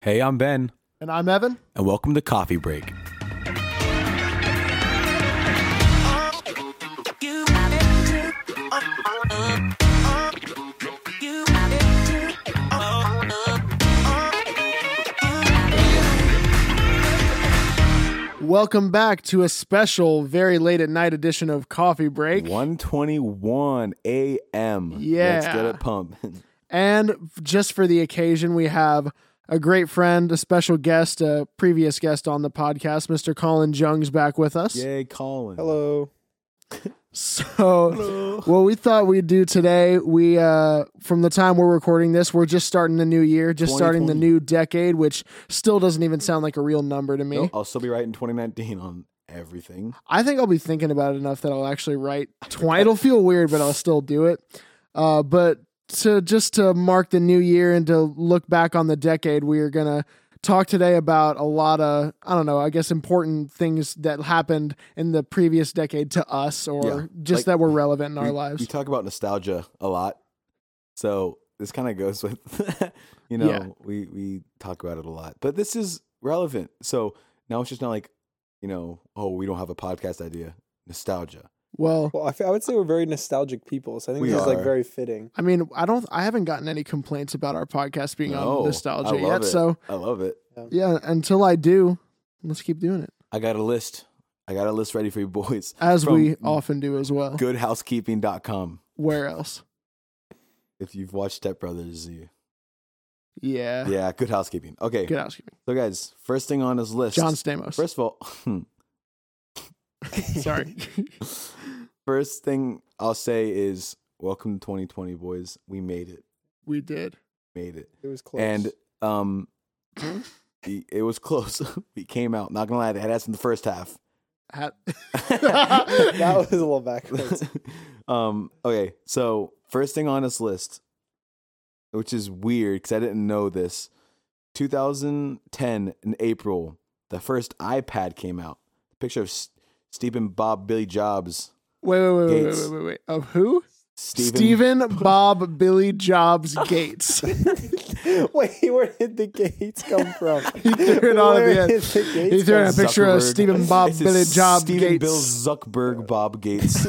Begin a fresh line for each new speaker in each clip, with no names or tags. Hey, I'm Ben,
And I'm Evan.
and welcome to Coffee Break.
Welcome back to a special, very late at night edition of Coffee Break.
121 a.m. Let's
Yeah.
get it pumping.
And just for the occasion, we have a great friend, a special guest, a previous guest on the podcast, Mr. Colin Jung's back with us.
Yay, Colin.
Hello.
So, what we thought we'd do today, we uh from the time we're recording this, we're just starting the new year, just starting the
2020.
new decade, which still doesn't even sound like a real number to me.
Nope, I'll still be writing 2019 on everything.
I think I'll be thinking about it enough that I'll actually write. Twi- It'll feel weird, but I'll still do it. Uh, but to just to mark the new year and to look back on the decade, we are gonna talk today about a lot of I don't know, I guess important things that happened in the previous decade to us, or
Yeah,
just
like,
that were relevant in our
we,
lives.
We talk about nostalgia a lot. So this kind of goes with, you know,
Yeah.
we, we talk about it a lot, but this is relevant. So now it's just not like, you know, oh, we don't have a podcast idea. Nostalgia.
well,
Well, I fe- I would say we're very nostalgic people, so I think
We
this is
are.
like very fitting.
I mean, I don't, I haven't gotten any complaints about our podcast being
No,
on
I
nostalgia
love
yet.
it.
So
I love it.
yeah, until I do, let's keep doing it
I got a list. I got a list ready for you boys.
as
From
we often do as well.
Goodhousekeeping.com.
Where else?
If you've watched Step Brothers, you.
Yeah.
Yeah, good housekeeping. Okay.
Good housekeeping.
So, guys, first thing on his list.
John Stamos.
First of all,
Sorry.
first thing I'll say is welcome to 2020, boys. We made it.
we did.
Made it.
It was close.
And um, it it was close. we came out. Not gonna lie, they had us in the first half.
Hat-
that was a little backwards.
um. Okay. So first thing on this list, which is weird because I didn't know this. 2010 in April, the first iPad came out. picture of S- Stephen Bob Billy Jobs.
wait, wait, wait, wait, wait,
Gates.
wait, wait, wait. Of who?
Stephen.
Stephen Bob Billy Jobs Gates.
Wait, where did the gates come from?
He threw it on at the
Where
end.
did the gates
He threw it
come
on a picture of
Zuckerberg.
Stephen Bob
It's
Billy Jobs
Stephen
Gates.
Bill Zuckerberg Bob Gates.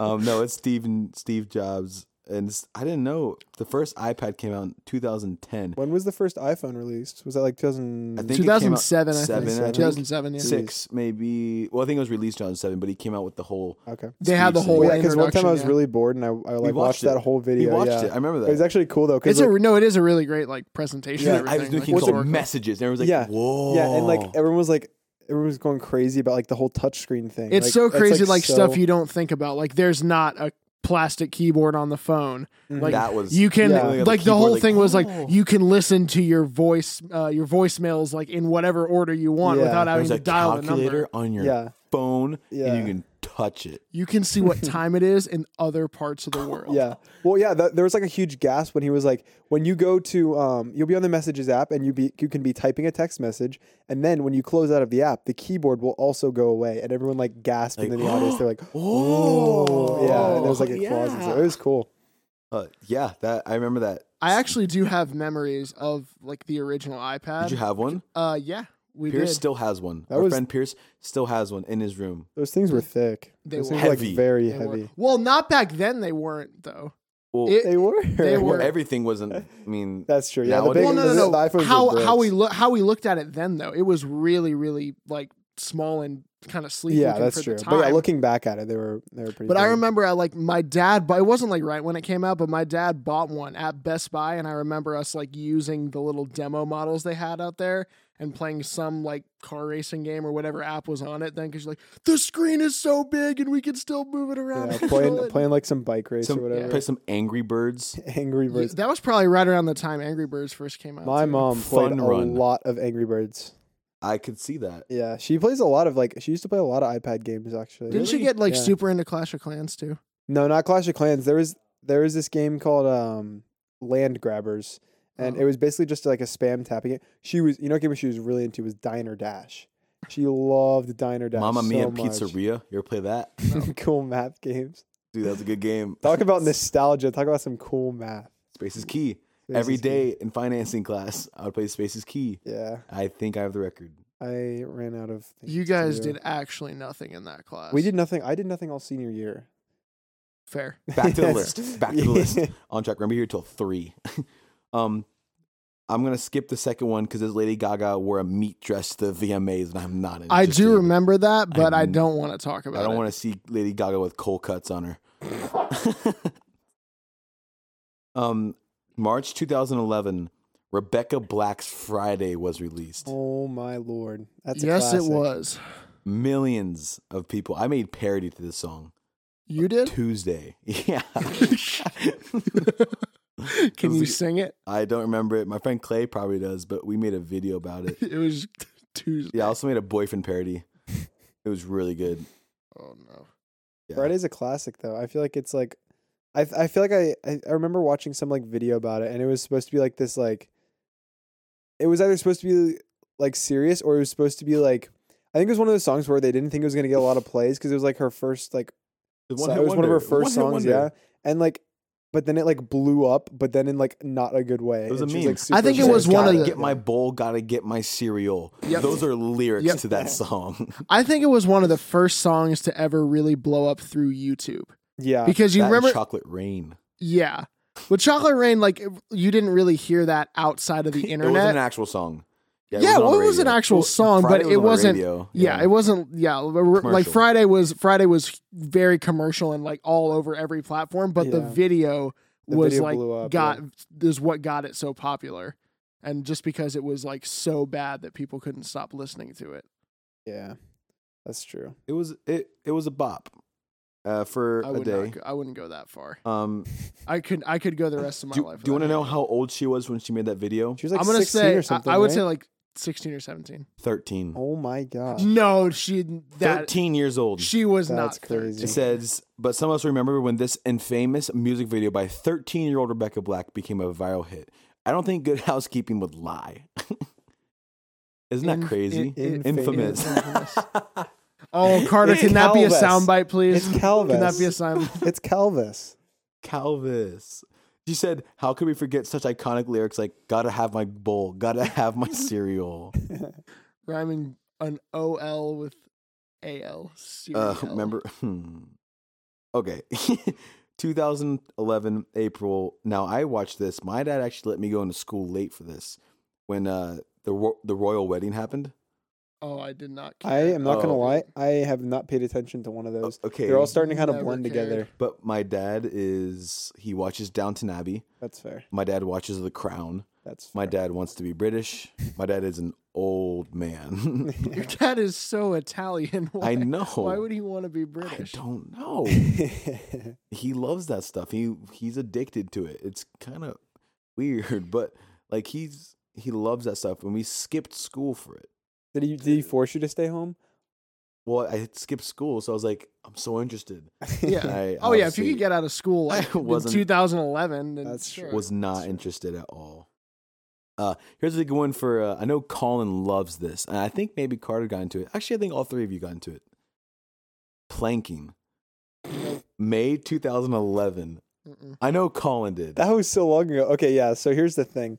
um, no, it's Stephen Steve Jobs, and it's, I didn't know the first iPad came out in 2010.
When was the first iPhone released? Was that like 2000?
I think it came out
2007, I
seven,
think.
I think.
2007, yeah.
six, maybe. Well, I think it was released on seven, but he came out with the whole.
Okay.
They had the
Speech
whole
thing.
Well,
Well,
yeah, because one time I was
introduction, yeah.
really bored and I, I like watched,
watched
that
it.
whole video.
he watched
yeah.
it. I remember
It was
that.
actually cool though. Cause
It's
like,
a no. It is a really great like presentation.
Yeah,
and
I was
everything,
doing
like,
he
what's
called
it
historical.
messages, and everyone was like,
Yeah.
"Whoa!"
yeah, and like everyone was like, everyone was going crazy about like the whole touchscreen thing.
It's
Like,
so
that's,
crazy, like,
so-
stuff you don't think about. Like, there's not a plastic keyboard on the phone.
Mhm.
Like,
that was
you can
Yeah.
Like, on the
like the
keyboard,
whole
like,
thing was like
oh.
you can listen to your voice uh, your voicemails like in whatever order you want
Yeah.
without having
There's
to
a
dial the
calculator
number
on your
Yeah.
phone,
Yeah.
and you can touch it.
you can see what time it is in other parts of the world
Yeah. Well, yeah. Th- there was like a huge gasp when he was like, "When you go to, um, you'll be on the messages app, and you be you can be typing a text message, and then when you close out of the app, the keyboard will also go away." And everyone like gasped, and
Like,
then the audience they're like,
Oh,
"Yeah." And there was like a clause. And so it was cool.
Uh, yeah, that I remember that.
i actually do have memories of like the original ipad
Did you have one?
uh yeah we
Pierce
did
still has one.
That
Our
was-
friend Pierce still has one in his room.
Those things were thick.
They
Those
were.
things were,
Heavy.
like very
They were-
heavy.
well not back then they weren't though
Well,
It-
They were.
They
well,
were.
everything wasn't. I mean,
That's true. Yeah.
Nowadays-
well
The big,
no no no
the, The iPhones were
how how we
bricks.
look how we looked at it then though it was really really like small and kind of sleek
Yeah,
looking
that's
for
true.
the
But yeah,
time.
looking back at it, they were they were pretty.
But I
big.
remember I like my dad, but it wasn't like right when it came out, but my dad bought one at Best Buy and I remember us like using the little demo models they had out there and playing some like car racing game or whatever app was on it then cuz like the screen is so big and we can still move it around.
yeah,
and control
playing
it."
playing like some bike race
some,
or whatever.
play some Angry Birds.
Angry
Yeah,
Birds.
that was probably right around the time Angry Birds first came out.
My
too.
mom played
Fun
a
run.
lot of Angry Birds.
I could see that.
Yeah, she plays a lot of like she used to play a lot of iPad games actually.
Didn't she
Really?
get like
Yeah.
super into Clash of Clans too?
No, not Clash of Clans. There was there was this game called um Land Grabbers, and
Oh.
it was basically just like a spam tapping it. She was you know what game she was really into was Diner Dash. She loved Diner Dash.
Mamma
so
Mia
much.
Pizzeria. You ever play that?
cool math games.
Dude, that's a good game.
Talk about nostalgia. Talk about some cool math.
Space is key.
Space
Every
is key.
day in financing class, I would play Space is Key.
Yeah,
I think I have the record.
I ran out of. things
You
to
guys
do.
did actually nothing in that class.
We did nothing. I did nothing all senior year.
fair.
Back to the
Yes.
list. Back to the list. On track. Remember here till three. um, I'm gonna skip the second one because this Lady Gaga wore a meat dress to the VMAs, and I'm not.
I do
interested.
remember that, but I
I'm-
don't want to talk about
I don't
it.
want to see Lady Gaga with cold cuts on her. um, March 2011, Rebecca Black's Friday was released.
Oh my lord! That's a
yes, it
classic.
was.
Millions of people. I made parody to this song
You did?
Tuesday. Yeah.
Can
was
you
like-
sing it?
I don't remember it. My friend Clay probably does, but we made a video about it.
It was Tuesday.
Yeah, I also made a boyfriend parody. It was really good.
Oh no.
Yeah.
Friday's a classic though. I feel like it's like, I I feel like I I I remember watching some like video about it, and it was supposed to be like this like. It was either supposed to be like serious, or it was supposed to be like. I think it was one of those songs where they didn't think it was gonna get a lot of plays because it was like her first like
It
so- it was one of her first songs, yeah, and like. But then it like blew up, but then in like not a good way.
It was
And
a
she
meme.
like,
I think
super
it was
upset.
one of
Gotta
the-
get my bowl, gotta get my cereal.
Yep.
Those are lyrics
Yep.
to that song.
I think it was one of the first songs to ever really blow up through YouTube
yeah.
because you
That and
remember,
chocolate rain?
yeah. With Chocolate Rain, like it- you didn't really hear that outside of the
It was an
internet.
actual song.
Yeah,
on
well,
the
it was an
radio.
actual
Well,
song, but
Friday
it
on the
wasn't-
radio.
Yeah, it wasn't. Yeah, r- r- like
Commercial.
Friday was Friday was very commercial and like all over every platform, but the
Yeah.
video
The
was
video
like
blew up,
got is what got it so popular, and just because it was like so bad that people couldn't stop listening to it.
Yeah, that's true.
It was it. It was a bop uh, for
I
a
would
day.
not. Go, I wouldn't go that far.
Um,
I could. I could go the rest of my
do,
life.
do you want to
without
know
it.
how old she was when she made that video?
She was like
I'm gonna
16
say.
or something.
I, I would
right?
say like 16 or 17.
Thirteen.
Oh my god.
No, she that
Thirteen years old.
she was
That's
not crazy.
crazy.
It says, but some of us remember when this infamous music video by 13 year old Rebecca Black became a viral hit. I don't think Good Housekeeping would lie. Isn't that
Inf-
crazy?
in-
infamous.
infamous. Oh, Carter,
It's
can that be a
Calvis.
soundbite, please?
It's Calvis.
Can that be a sound?
It's Calvis.
Calvis. She said, How could we forget such iconic lyrics like, Gotta have my bowl, gotta have my cereal?
rhyming an OL with AL.
Uh,
cereal.
remember? Hmm. Okay. 2011 April. Now I watched this. My dad actually let me go into school late for this when uh, the ro- the royal wedding happened.
Oh, I did not.
I am not gonna
Oh.
lie. I have not paid attention to one of those.
Okay.
They're all starting to kind of
Never
blend
cared.
together.
but my dad is he watches Downton Abbey.
That's fair.
My dad watches The Crown.
That's fair.
My dad wants to be British. My dad is an old man.
Your dad is so Italian. Why,
I know.
Why would he want to be
I
British?
don't know. he loves that stuff. He he's addicted to it. It's kind of weird, but like he's he loves that stuff. And we skipped school for it.
did he did he force you to stay home?
Well, I had skipped school, so I was like, I'm so interested.
Yeah.
I
oh yeah, if you
obviously
could get out of school
I
like, in
wasn't-
2011, then
That's
sure.
true.
was not interested at all. Uh, here's a good one for uh, I know Colin loves this, and I think maybe Carter got into it. Actually, I think all three of you got into it. Planking, May 2011.
Mm-mm.
I know Colin did.
That was so long ago. Okay, yeah. So here's the thing.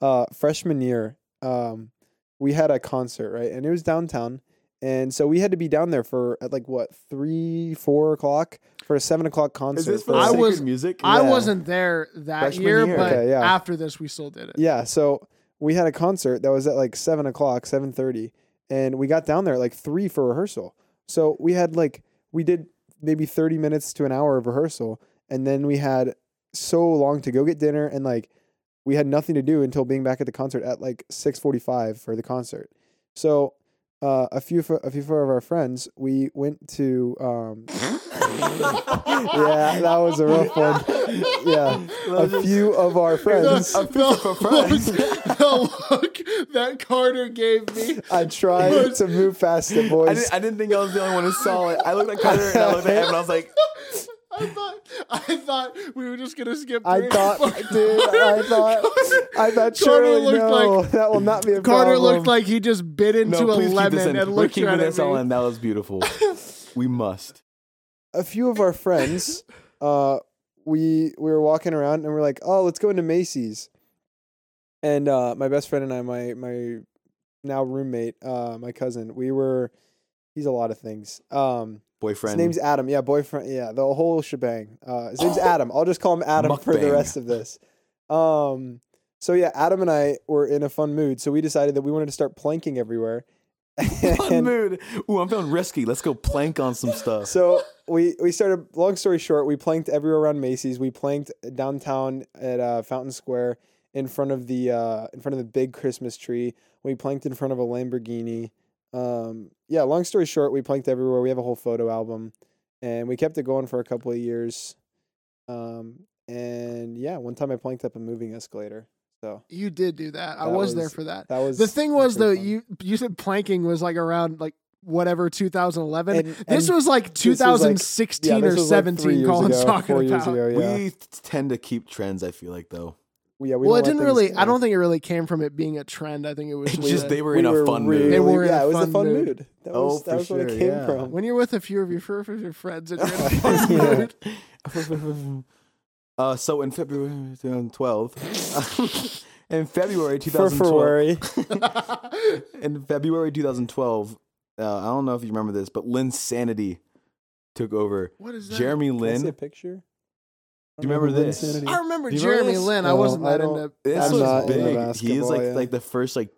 Uh freshman year, um, we had a concert, right? And it was downtown. And so we had to be down there for at like what, three, four o'clock for a seven o'clock concert.
Is this for
for
I
I
a-
Sacred was-
music?
I
Yeah.
wasn't there that
Freshman
year,
year.
but
Okay, yeah.
after this, we still did it.
Yeah, so we had a concert that was at like seven o'clock, seven thirty, and we got down there at like three for rehearsal. So we had like we did maybe thirty minutes to an hour of rehearsal, and then we had so long to go get dinner, and like we had nothing to do until being back at the concert at like six forty five for the concert. So uh, a few fo- a few of our friends we went to um, yeah that was a rough one yeah a few of our friends
The, the, look, that Carter gave me.
I tried to move past it,
I
boys.
didn't, I didn't think I was the only one who saw it. I looked at Carter and I looked at him, and I was like,
I thought I thought we were just gonna skip.
I,
through.
thought, dude, I thought, I thought, surely
looked
no,
like-
that will not be a
Carter
problem.
looked like he just bit into
"No,
a
please keep this
lemon
in.
and
We're
looked
keeping
right
this
at
all
me.
in. That was beautiful. we must."
a few of our friends. Uh, we we were walking around and we're like, oh, let's go into Macy's. and uh, my best friend and I, my my now roommate, uh, my cousin, we were. He's a lot of things. Um,
Boyfriend. Oh,
his name's Adam. Yeah, boyfriend. Yeah, the whole shebang. Uh, his name's Adam. I'll just call him Adam for the
Mukbang.
rest of this. Um, so yeah, Adam and I were in a fun mood, so we decided that we wanted to start planking everywhere.
Fun
And-
mood. Ooh, I'm feeling risky. Let's go plank on some stuff.
so we we started. Long story short, we planked everywhere around Macy's. We planked downtown at uh, Fountain Square in front of the uh, in front of the big Christmas tree. We planked in front of a Lamborghini. Um, yeah. Long story short, we planked everywhere. We have a whole photo album, and we kept it going for a couple of years. Um, and yeah, one time I planked up a moving escalator. So
You did do that. I
That
was,
was-
there for that.
that was
The thing was
pretty
though,
fun.
you you said planking was like around like whatever 2011.
And-
this
and
was like
this was, like-
2016
yeah, this
or
was, like, three
17.
years
Colin's
ago,
talking
four years
about.
ago, yeah.
We tend to keep trends. I feel like though.
We- yeah, we
well, it
don't let
didn't
things-
really. I
yeah.
don't think it really came from it being a trend. I think it was
It's
just
just
that
they were in a fun mood.
They were in
yeah,
a
it was
fun
a fun
mood.
mood. That
Oh,
was, that
for
was where
sure,
it came
yeah.
from.
when you're with a few of your fur- your friends and you're in a fun
Yeah.
mood.
uh, so in February 2012, in February
for
2012,
Ferrari.
in February 2012, uh, I don't know if you remember this, but Lynn Sanity took over.
What is that?
Jeremy
Can I see a
Lynn.
picture?
Do you remember this? Do
I remember
you remember
Jeremy
this?
Lynn. I
No,
wasn't
I
that
don't-
into.
This
I'm
was
not into
big. He is
basketball,
like
yeah.
like the first like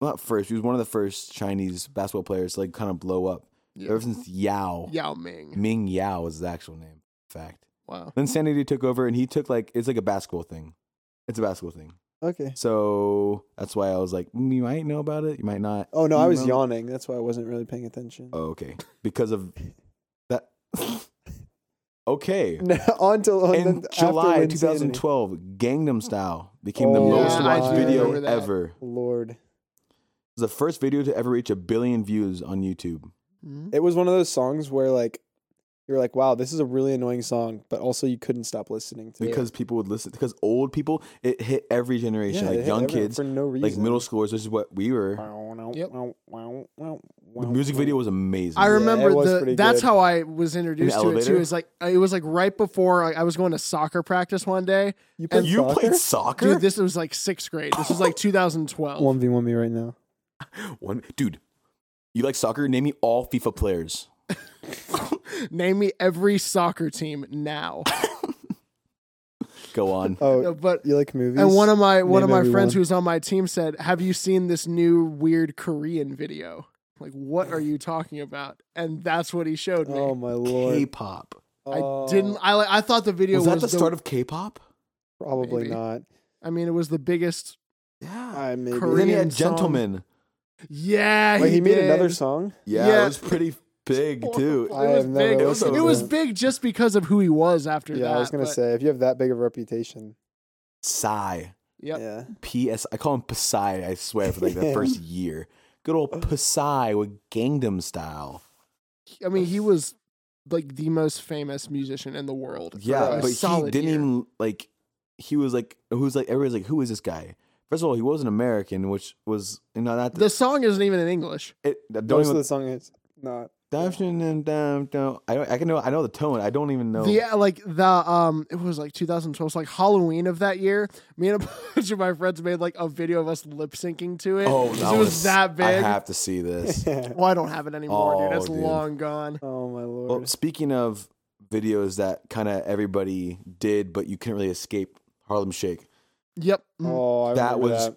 not first. He was one of the first Chinese basketball players to like kind of blow up.
Yeah.
Ever since Yao
Yao Ming.
Ming Yao is his actual name. Fact.
Wow.
Then Sanity took over and he took like it's like a basketball thing. It's a basketball thing.
Okay.
So that's why I was like, mm, you might know about it, you might not.
Oh no, I was
Emo.
yawning. That's why I wasn't really paying attention.
Oh, okay, because of that. okay,
No, on to on
in
the- after
July
Lindsay
2012, Gangnam Style became the
Oh,
most
yeah, I
watched
do
video
remember that.
ever.
and- Lord,
It was the first video to ever reach a billion views on YouTube.
Mhm.
it was one of those songs where like you were like, wow, this is a really annoying song, but also you couldn't stop listening to it.
Because people would listen, because old people, it hit every generation,
it
like
hit
young
everyone
kids,
for no reason,
like middle schoolers, which is what we were.
Yep.
The music video was amazing.
I remember
it was
the.
pretty
That's
good.
how I was introduced to it too.
elevator?
Is like uh, it was like right before like, I was going to soccer practice one day.
You played
And you
soccer?
played soccer,
Dude, this was like sixth grade. This was like 2012.
one v one me right now.
One dude, you like soccer? Name me all FIFA players.
Name me every soccer team now.
Go on.
Oh,
No, but
you like movies?
and one of my one of
Name
my
every
friends
one.
who was on my team said, "Have you seen this new weird Korean video?" Like, what are you talking about? And that's what he showed me.
oh my lord!
K-pop.
I didn't. I like. I thought the video
Was
was,
that the start of K-pop?
Probably
Maybe.
not.
I mean, it was the biggest.
Yeah.
I maybe.
And then he
Korean
had
song.
Gentleman.
Yeah,
Wait, he made
did.
another song.
Yeah,
Yeah.
it was pretty big
It
too.
I
was
have never
big. It was,
listened to that.
big just because of who he was after
Yeah,
that.
I was gonna
but-
say if you have that big of a reputation,
Psy.
Yep.
yeah,
PS. I call him Psy. I swear for like the
Yeah.
first year. Good old Psy with Gangnam Style.
I mean, he was like the most famous musician in the world. for
Yeah,
a
but he
solid
didn't
year.
even like. He was like, who's like, everybody's like, who is this guy? First of all, he was an American, which was you know not
The song isn't even in English.
it, don't
most
even,
of the song is not.
Dum, dum, dum, dum. I don't. I can know. I know the tone. I don't even know.
The like the um, it was like 2012, so like Halloween of that year. Me and a bunch of my friends made like a video of us lip syncing to it.
oh, I
'cause it
wanna
was
s-
that big.
I have to see this.
oh
well, I don't have it anymore, dude.
Oh,
That's
dude.
long gone.
my lord!
well, speaking of videos that kind of everybody did, but you couldn't really escape Harlem Shake.
Yep. Mm.
oh, I
that
remember
was
that.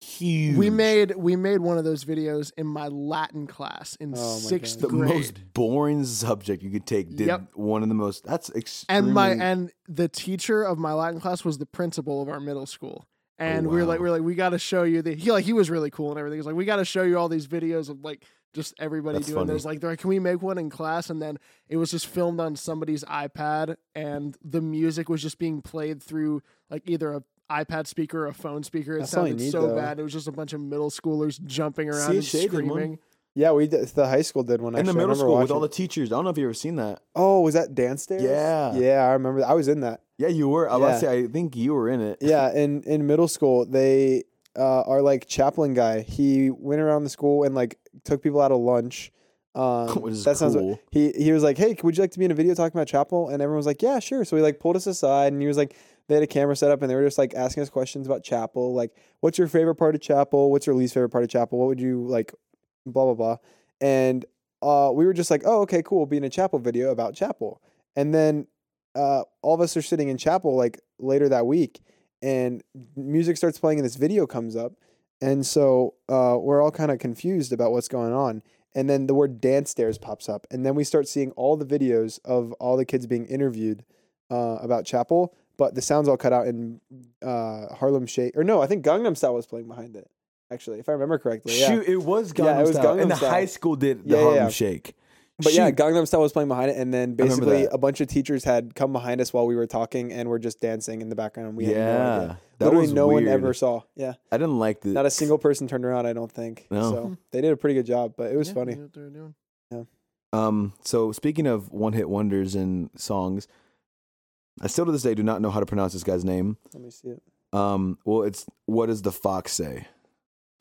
Huge.
We made we made one of those videos in my Latin class in
Oh my
sixth
the
grade.
most boring subject you could take. Did
Yep.
one of the most. That's extremely.
and my and the teacher of my Latin class was the principal of our middle school.
Oh,
And we were like,
wow.
we are like, we got to show you the he like he was really cool and everything. He's like, we got to show you all these videos of like just everybody
That's
doing
funny.
those. Like, they're like, can we make one in class? And then it was just filmed on somebody's iPad, and the music was just being played through like either a iPad speaker or a phone speaker. It
That's all you
sounded
need,
so
though.
bad. It was just a bunch of middle schoolers jumping around and
CHA did one.
screaming.
yeah, we did, the high school did one.
in
Actually.
the
I
middle
remember
school with
watching
all the
it.
teachers. I don't know if you ever seen that.
oh, was that dance stairs?
Yeah.
yeah, I remember. That. I was in that.
Yeah, you were. I was about to
Yeah.
say. I think you were in it.
Yeah, in in middle school, they uh, are like chaplain guy. He went around the school and like took people out of lunch. Um,
Which is
that sounds
cool.
he he was like, "Hey, would you like to be in a video talking about chapel?" And everyone was like, "Yeah, sure." So he like pulled us aside and he was like, They had a camera set up and they were just like asking us questions about chapel. Like, what's your favorite part of chapel? What's your least favorite part of chapel? What would you like? Blah blah blah. And uh, we were just like, oh okay, cool. Being a chapel video about chapel. And then uh, all of us are sitting in chapel like later that week, and music starts playing and this video comes up, and so uh, we're all kind of confused about what's going on and then the word dance stairs pops up and then we start seeing all the videos of all the kids being interviewed uh, about chapel but the sounds all cut out in uh, harlem shake or no i think gangnam style was playing behind it actually if i remember correctly yeah.
Shoot, it was Gangnam
Yeah, it was
Style,
Gangnam
and the
Style.
high school did the
Yeah, yeah,
Harlem
yeah.
Shake.
but yeah
Shoot.
gangnam style was playing behind it and then
remember
basically
that.
a bunch of teachers had come behind us while we were talking and were just dancing in the background and we had no
yeah,
idea
that
literally
was
no
weird.
one ever saw yeah
I didn't like the
not a single person turned around i don't think
No.
so they did a pretty good job but it was
Yeah,
funny
knew what they were doing.
Um, so speaking of one hit wonders and songs, I still to this day do not know how to pronounce this guy's name.
let me see it
Um, well, it's what does the fox say?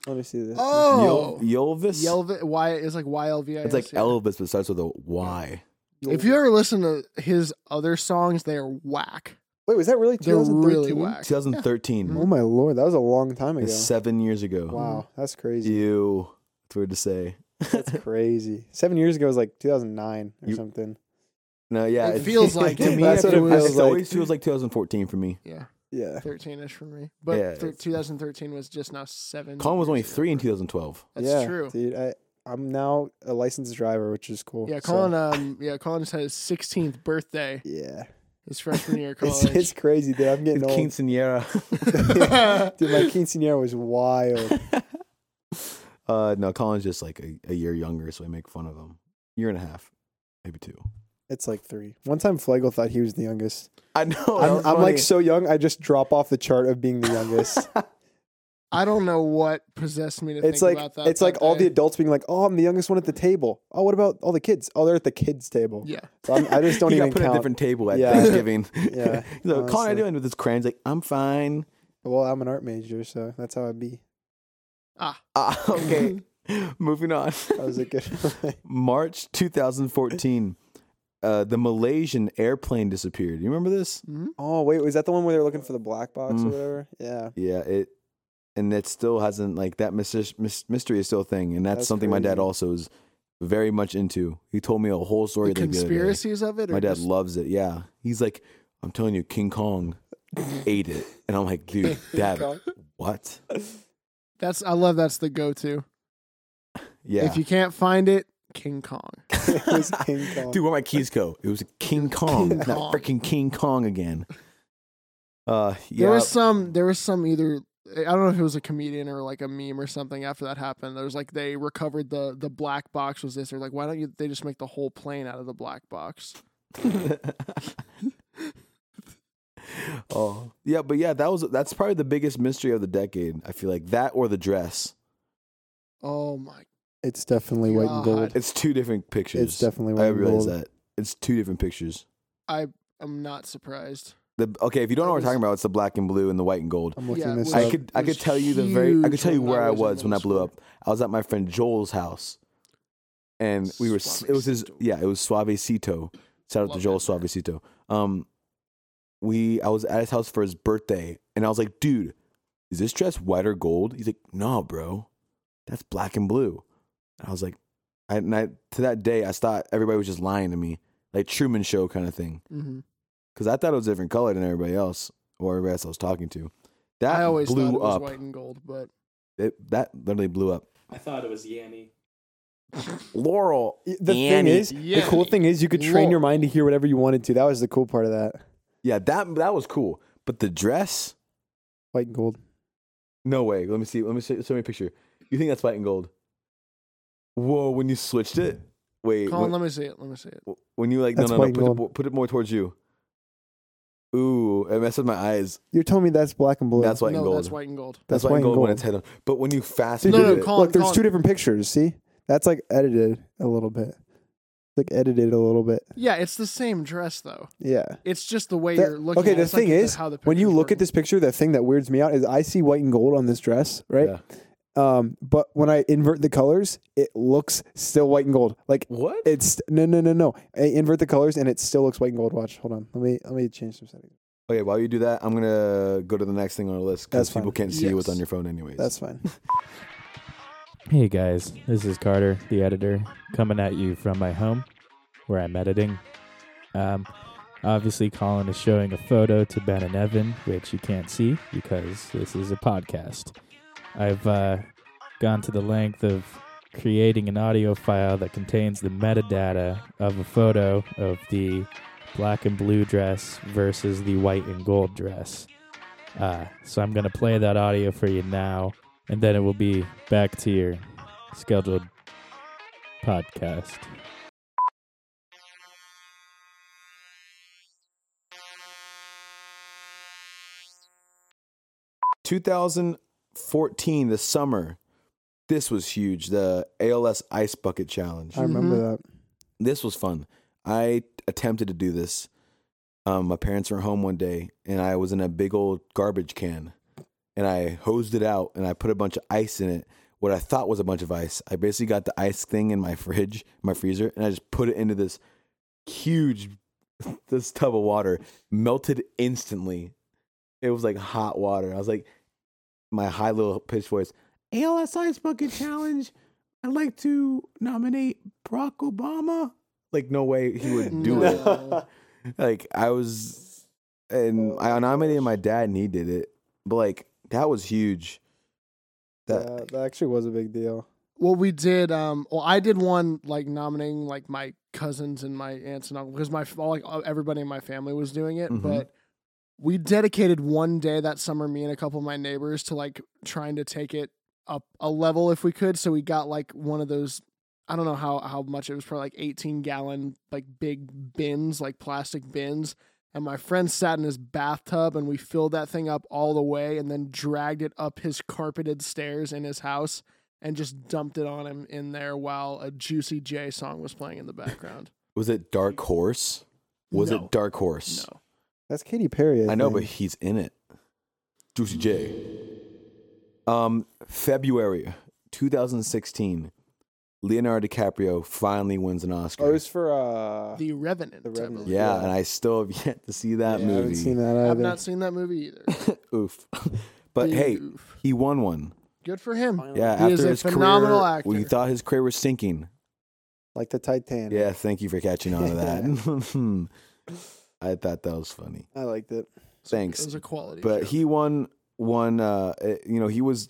let me see this
Oh,
Yel- Yelvis.
Yelvi- Y it's like YLVIS.
it's like
yeah.
Elvis, but it starts with a Y.
If you ever listen to his other songs, they are whack.
wait was that really
They're
2013?
really whack.
2013.
Oh my lord, that was a long time ago.
It's seven years ago.
Wow, that's crazy.
Ew, it's weird to say.
That's crazy. Seven years ago was like 2009 or
You-
something.
No, yeah,
It feels like to me,
That's
it
what it
feels
feels like.
like.
always feels like 2014 for me.
Yeah,
Yeah,
thirteen-ish for me, but
Yeah,
thir-
it's-
2013 was just now seven.
Colin was
years
only
ago.
three in 2012.
That's
yeah,
true.
dude. I, I'm now a licensed driver, which is cool.
Yeah,
so-
Colin. Um, yeah, Colin just had his 16th birthday
yeah,
his freshman year of
it's,
college.
it's crazy, dude. I'm getting
It's
old.
Quinceanera.
dude, my quinceanera was wild.
uh, no, Colin's just like a, a year younger, so I make fun of him. Year and a half, maybe two.
It's like three. One time, Flagel thought he was the youngest.
I know.
I'm, I'm like so young, I just drop off the chart of being the youngest.
I don't know what possessed me to
it's
think
like
about that.
it's like
that
all the
day.
adults being like, "Oh, I'm the youngest one at the table." Oh, what about all the kids? Oh, they're at the kids' table.
yeah.
So I'm, I just don't
he
even
got put
count.
at a different table at
Yeah.
Thanksgiving.
Yeah,
He's like, Colin, how
honestly.
you doing with his crayons? Like, I'm fine.
Well, I'm an art major, so that's how I be.
Ah, okay. Moving on.
That was a good.
March 2014, uh, the Malaysian airplane disappeared. You remember this?
oh wait, was that the one where they were looking for the black box
Mm.
or whatever? Yeah,
Yeah, it and it still hasn't like that mystery, mystery is still a thing, and that's,
That's
something my dad
crazy.
also is very much into. He told me a whole story
The
like, the other day.
conspiracies of it. or
My dad
just-
loves it. Yeah, he's like, I'm telling you, King Kong ate it, and I'm like, dude, dad, what?
That's I love. That's the go-to.
Yeah,
If you can't find it, King Kong.
it was King Kong.
Dude, where my keys go? It was King Kong,
King
not
Kong.
freaking King Kong again. Uh,
There
yeah,
was some. There was some either. I don't know if it was a comedian or like a meme or something. After that happened, there was like they recovered the the black box. Was this? They're like, why don't you? They just make the whole plane out of the black box.
oh, yeah, but yeah, that was that's probably the biggest mystery of the decade. I feel like that or the dress.
Oh my!
it's definitely white and gold.
God.
It's two different pictures.
It's definitely white
I
and
realize
gold.
that it's two different pictures.
I'm not surprised.
The okay, if you don't know what
It was-
we're talking about, it's the black and blue and the white and gold.
I'm looking
Yeah, it was-
this up.
I could I
it was
could tell you the very I could
huge
tell you
when
where
I
I
was in
was when I
middle
blew
school.
up. I was at my friend Joel's house, and we were s- it was his
Suavecito.
yeah it was Suavecito. Shout out
Love
to Joel
that band.
Suavecito. Um, we I was at his house for his birthday, and I was like, dude, is this dress white or gold? He's like, no, bro, that's black and blue. And I was like, I, and I to that day I thought everybody was just lying to me, like Truman Show kind of thing,
hmm
because I thought it was a different color than everybody else or everybody else I was talking to. That
I always
blew
thought it was
up
white and gold, but
it, that literally blew up.
I thought it was Yanny.
Laurel.
Y- The thing
Annie.
is, the cool
Yanny.
thing is, you could train your
Lord.
mind to hear whatever you wanted to. That was the cool part of that.
Yeah, that that was cool. But the dress?
White and gold.
No way. Let me see. Let me see, show me a picture. You think that's white and gold? Whoa! When you switched it, wait.
Colin,
When,
let me see it. Let me see it.
when you like, no,
That's
no, no.
white and
Put it,
gold.
more- put it more towards you. Ooh, it messed with my eyes.
You're telling me that's black and blue.
That's white
no,
and gold.
that's white and gold.
That's white and gold, when it's head on. But when you fast
See,
No, no,
forward
dude,
it-
Colin,
look, there's
Colin.
two different pictures. See, that's like edited a little bit. Like edited a little bit.
Yeah, it's the same dress though.
Yeah.
It's just the way
That-
you're looking.
okay,
at it.
the
It's like
thing
the-
is,
how the
when you
picture's
look at
working.
this picture, the thing that weirds me out is I see white and gold on this dress, right?
Yeah.
Um, but when I invert the colors, it looks still white and gold. Like
What?
it's no, no, no, no. I invert the colors and it still looks white and gold. Watch, hold on. Let me let me change some settings.
Okay, while you do that, I'm gonna go to the next thing on our list because
That's fine.
people can't see what's
Yes.
on your phone anyways.
That's fine.
Hey guys, this is Carter, the editor, coming at you from my home where I'm editing. Um, obviously, Colin is showing a photo to Ben and Evan, which you can't see because this is a podcast. I've uh, gone to the length of creating an audio file that contains the metadata of a photo of the black and blue dress versus the white and gold dress. Uh, so I'm going to play that audio for you now and then it will be back to your scheduled podcast.
fine. 2014, the summer. This was huge. The ALS Ice Bucket Challenge.
I remember that.
this was fun. I attempted to do this. Um, my parents were home one day, and I was in a big old garbage can, and I hosed it out, and I put a bunch of ice in it. What I thought was a bunch of ice. I basically got the ice thing in my fridge, my freezer, and I just put it into this huge, this tub of water. Melted instantly. It was like hot water. I was like, my high little pitch voice, ALS Ice Bucket Challenge. I'd like to nominate Barack Obama. Like, no way he would do it
No.
like I was, and
Oh,
I nominated my dad, and he did it. But like that was huge. That
Yeah, that actually was a big deal.
Well, we did. Um, well, I did one like nominating like my cousins and my aunts and uncle because my all, like everybody in my family was doing it.
Mhm.
But we dedicated one day that summer, me and a couple of my neighbors, to like trying to take it up a level if we could. So we got like one of those. I don't know how how much it was, probably like eighteen gallon like big bins, like plastic bins. And my friend sat in his bathtub, and we filled that thing up all the way, and then dragged it up his carpeted stairs in his house and just dumped it on him in there while a Juicy J song was playing in the background.
was it. Dark Horse. Was
No.
it Dark Horse?
no.
That's Katy Perry. I,
I know, but
think.
he's in it. Juicy J. Um, February 2016, Leonardo DiCaprio finally wins an Oscar.
oh, it was for uh.
The Revenant.
The
I
Revenant.
believe.
yeah,
yeah.
and I still have yet to see that
yeah, I haven't
movie.
seen that
I've
either.
not seen that movie either.
Oof. but
Big
hey,
oof.
he won one.
good for him.
Yeah,
He
after
is a
his
phenomenal
career,
actor.
we thought his career was sinking.
like the Titanic.
Yeah, thank you for catching on to that. I thought that was funny.
I liked it.
It
Thanks.
was a quality.
But
joke.
he won one uh uh, you know, he was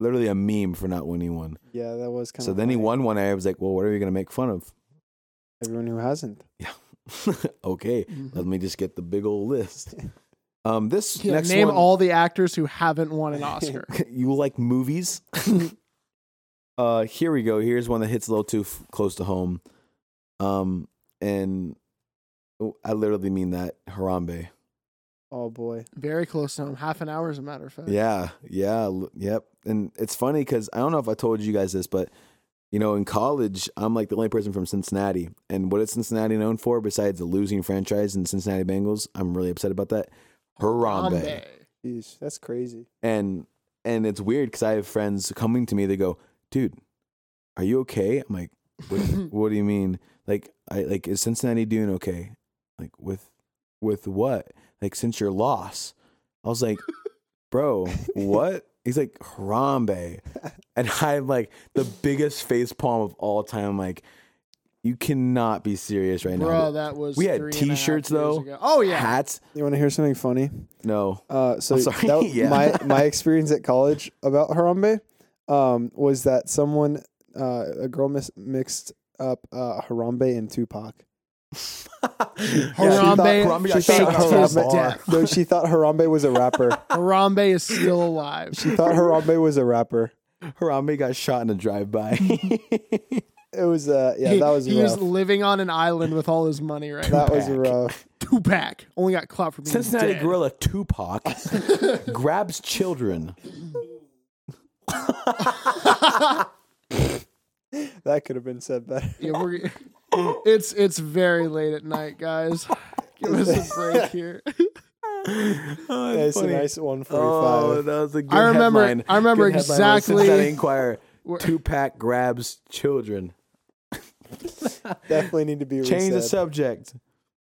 literally a meme for not winning one.
Yeah, that was kind of.
So then he won one and I was like, "Well, what are you going to make fun of?"
Everyone who hasn't.
okay,
Mhm.
let me just get the big old list. Um this
Yeah,
next
name
one
all the actors who haven't won an Oscar.
you like movies? uh here we go. Here's one that hits a little too f- close to home. Um and oh, I literally mean that Harambe.
Oh boy.
Very close to him. Half an hour, as a matter of fact.
Yeah, yeah, l- yep. And it's funny because I don't know if I told you guys this, but you know, in college, I'm like the only person from Cincinnati. And what is Cincinnati known for besides the losing franchise and Cincinnati Bengals? I'm really upset about that. Harambe.
Harambe.
Jeez, that's crazy.
And and it's weird because I have friends coming to me. They go, "Dude, are you okay?" I'm like, "What, what do you mean? Like, I like is Cincinnati doing okay? Like with with what? Like since your loss?" I was like, "Bro, what?" He's like, "Harambe," and I'm like the biggest face palm of all time. I'm like, you cannot be serious right
Bro,
now.
that was.
We had
three and a half
t-shirts,
years
though.
ago. Oh yeah.
Hats?
You want to hear something funny?
No.
Uh, so
I'm sorry,
that-
yeah.
my my experience at college about Harambe um, was that someone uh, a girl mis- mixed up uh, Harambe and Tupac.
Harambe
Harambe got
she
shot
thought
out of
faked
the
his
bar.
death.
No, she thought Harambe was a rapper.
Harambe is still alive.
She thought Harambe was a rapper.
Harambe got shot in a drive-by.
It was uh yeah
he,
that was
he
rough.
was living on an island with all his money right now.
that was rough.
Two pack only got caught for being
Cincinnati
dead.
gorilla Tupac grabs children.
That could have been said better.
Yeah, we're, it's it's very late at night, guys. Give us a break here.
Oh,
It's a nice one
Oh,
forty-five.
that was a good
I remember-
headline.
I remember
Good headline on the
exactly-
Cincinnati Inquirer.
Where-
Tupac grabs children.
Definitely need to be
Change the
reset.
subject.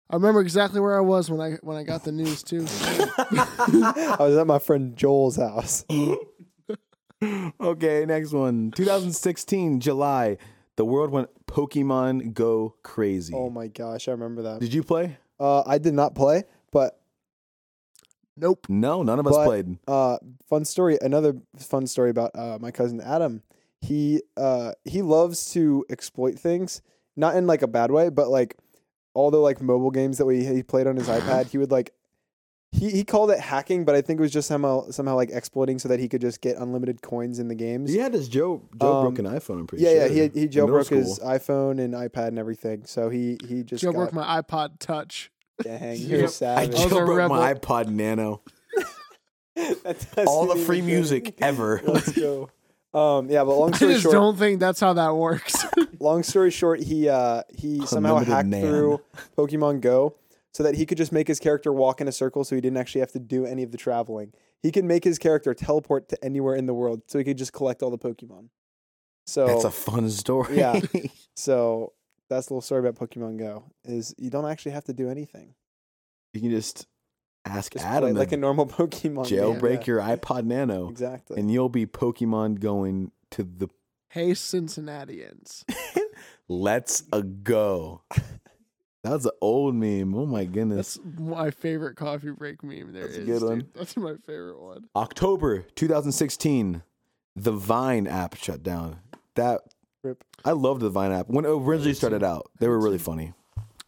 I remember exactly where I was when I when I got the news too.
I was at my friend Joel's house.
Okay, next one. 2016, July. The world went Pokemon Go crazy.
Oh my gosh, I remember that.
Did you play?
Uh, I did not play, but
Nope.
No, none of us
But-
played.
uh, fun story. Another fun story about uh, my cousin Adam. He uh, he loves to exploit things, not in like a bad way, but like all the like mobile games that we he played on his iPad. He would like he he called it hacking, but I think it was just somehow somehow like exploiting so that he could just get unlimited coins in the games.
He had his Joe Joe
Um,
broke an iPhone. I'm pretty
yeah,
sure.
yeah. He had- he
in middle
jailbroke his
school.
iPhone and iPad and everything. So he he just
Jailbroke
got
my iPod Touch.
dang.
Yep.
You're
I
I
savage.
was a
jailbroke my
rebel.
iPod Nano.
That doesn't
All the
even
free
fit.
music ever.
Let's go. Um, yeah, but long
I
story
just
short,
don't think that's how that works.
long story short, he uh, he somehow
Unlimited
hacked
Nan.
through Pokemon Go so that he could just make his character walk in a circle, so he didn't actually have to do any of the traveling. He could make his character teleport to anywhere in the world, so he could just collect all the Pokemon. So
That's a fun story.
Yeah. so that's the little story about Pokemon Go is you don't actually have to do anything.
you can just ask
Just play
Adam
like a
and
normal Pokemon. game.
jailbreak
Yeah,
your iPod Nano,
exactly.
and you'll be Pokemon going to the.
hey, Cincinnatians.
Let's a go. That's an old meme. Oh my goodness.
That's my favorite coffee break meme. There
That's a
is,
good
dude.
one.
That's my favorite one.
October 2016, the Vine app shut down. That
Rip.
I loved the Vine app when it originally started out. They were really funny.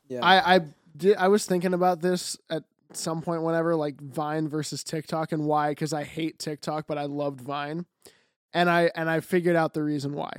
yeah.
I I did. I was thinking about this at some point. Whenever like Vine versus TikTok and why? Because I hate TikTok, but I loved Vine, and I and I figured out the reason why.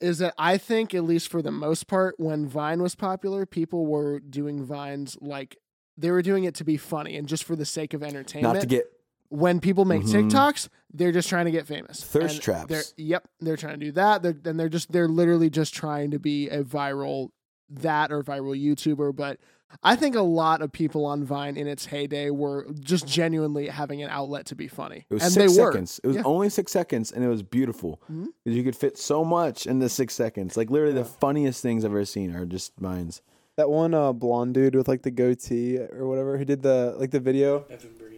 Is that I think at least for the most part, when Vine was popular, people were doing Vines like they were doing it to be funny and just for the sake of entertainment.
Not to get
when people make
Mhm.
TikToks, they're just trying to get famous.
Thirst
And
traps.
they're- yep, they're trying to do that. They're, and they're just they're literally just trying to be a viral that or viral YouTuber. But I think a lot of people on Vine in its heyday were just genuinely having an outlet to be funny,
it was
and
six
they were.
seconds. It was
Yeah.
only six seconds and it was beautiful.
Mhm.
'Cause You could fit so much into six seconds. Like literally
Yeah.
the funniest things I've ever seen are just mines.
That one uh, blonde dude with like the goatee or whatever who did the like the video. Evan Breen.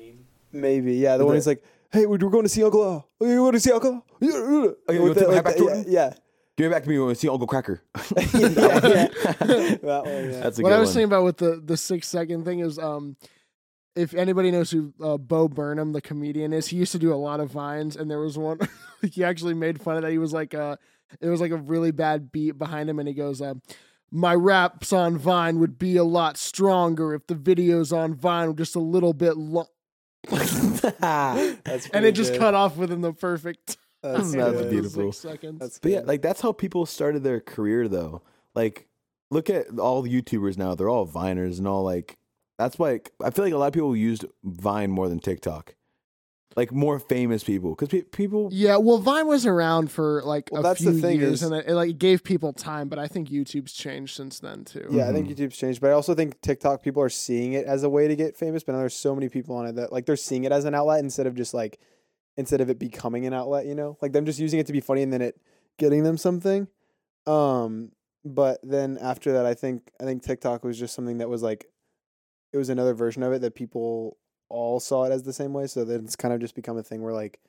Maybe yeah, the
With
one
the-
who's like, "Hey, we're we're going to see Uncle Al. Oh, You want to see Uncle? Al? Yeah, yeah."
you
With
want to
the-
come
like
back
the-
to it?
yeah,
Give it back to me when we see Uncle Cracker.
yeah. Yeah. that one. Yeah.
That's a
what
good
I was
one.
thinking about with the the six second thing is, um, if anybody knows who uh, Bo Burnham, the comedian, is, he used to do a lot of vines, and there was one he actually made fun of that. He was like, uh, it was like a really bad beat behind him, and he goes, um. My raps on Vine would be a lot stronger if the videos on Vine were just a little bit long.
That's
And
pretty
it just
good.
cut off within the perfect
That's,
That was
good.
beautiful.
six seconds.
That's
But yeah,
good.
like that's how people started their career though. Like look at all the YouTubers now, they're all viners and all like that's why I feel like a lot of people used Vine more than TikTok. Like more famous people cuz pe- people
Yeah, well, Vine was around for like
Well,
a
that's the
few
thing
years,
is-
and it, it like gave people time. But I think YouTube's changed since then too.
Yeah, I think
Mm-hmm.
YouTube's changed, but I also think TikTok people are seeing it as a way to get famous. But now there's so many people on it that like they're seeing it as an outlet instead of just like instead of it becoming an outlet, you know? Like them just using it to be funny and then it getting them something. Um but then after that I think I think TikTok was just something that was like it was another version of it that people all saw it as the same way, so then it's kind of just become a thing where like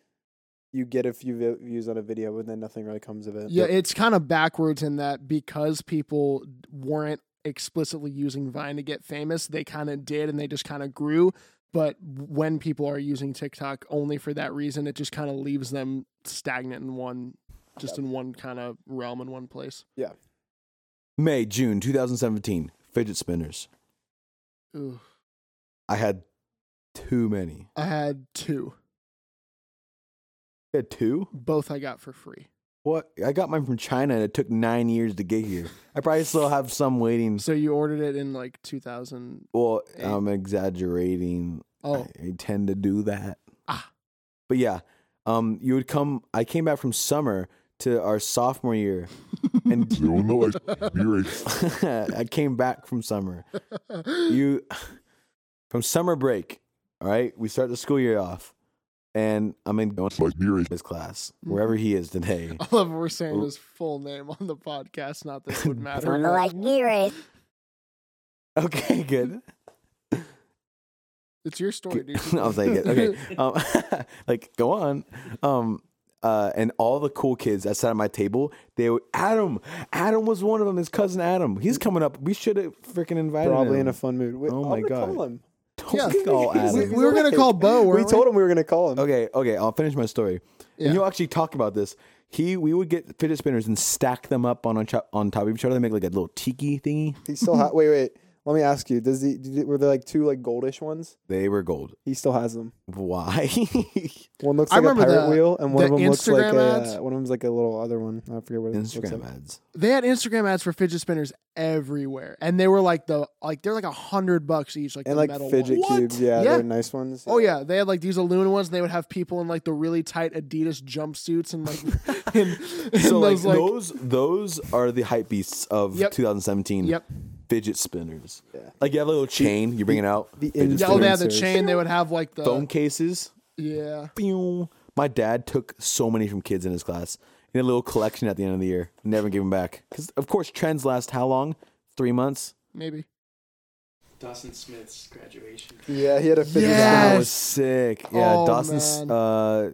you get a few vi- views on a video and then nothing really comes of it.
Yeah, it's kind of backwards in that because people weren't explicitly using Vine to get famous, they kind of did and they just kind of grew. But when people are using TikTok only for that reason, it just kind of leaves them stagnant in one, just in one kind of realm in one place.
May, June 2017, fidget spinners.
Ooh,
I had too many.
I had two.
I had two?
Both I got for free.
What? I got mine from China and it took 9 years to get here. I probably still have some waiting.
So you ordered it in like 2000.
Well, I'm exaggerating.
Eh. Oh,
I, I tend to do that.
Ah.
But yeah, um, you would come. I came back from summer to our sophomore year, and
The Illinois Spirits
I came back from summer. You from summer break. All right, we start the school year off, and I'm in going to
Spirits
his class
Mm-hmm.
wherever he is today.
I love what we're saying
Oh.
his full name on the podcast. Not that it would matter.
like, Geary.
Okay, good.
It's your story, dude.
I'll take it. Okay. Um, like, go on. Um, uh, and all the cool kids that sat at my table, they were, Adam, Adam was one of them. His cousin Adam, he's coming up. We should have freaking invited
Probably
him.
in a fun mood. Wait,
Oh
I'm
my
gonna
God.
Call him.
Don't
Yeah.
call
we,
Oh, Adam.
we were gonna call Bo.
We Oh,
weren't
told him we were gonna call him.
Okay, okay, I'll finish my story.
Yeah.
And you'll actually talk about this. He, we would get fidget spinners and stack them up on on, cho- on top of each other. They make like a little tiki thingy.
He still ha- wait, wait. Let me ask you. Does he did, were there like two like goldish ones?
They were gold.
He still has them.
Why?
One looks
I
like a
remember
pirate
the-
wheel, and one of
the
them looks like
Instagram ads.
a uh, one of them's like a little other one. I forget what it looks
Instagram
like.
ads.
They had Instagram ads for fidget spinners everywhere, and they were like the like they're like a hundred bucks each, like
And
the
like
metal
fidget
ones.
cubes, yeah,
Yeah.
they're nice ones.
Oh yeah, they had like these aluminum ones, and they would have people in like the really tight Adidas jumpsuits and like and, and
So like,
those like
those those are the hype beasts of
Yep.
2017.
Yep.
Fidget spinners.
Yeah.
Like you have a little chain. You bring it out.
the
fidget
in-
yeah, oh, they had the
influencers.
chain. They would have like
Uh,
the
phone cases.
yeah.
Pew. My dad took so many from kids in his class. He had a little collection at the end of the year. Never gave them back because of course trends last how long? Three months.
Maybe
Dawson Smith's graduation.
yeah, he had a fidget
Yeah.
That
spinner.
was sick. Yeah,
Oh,
Dawson's
man.
uh,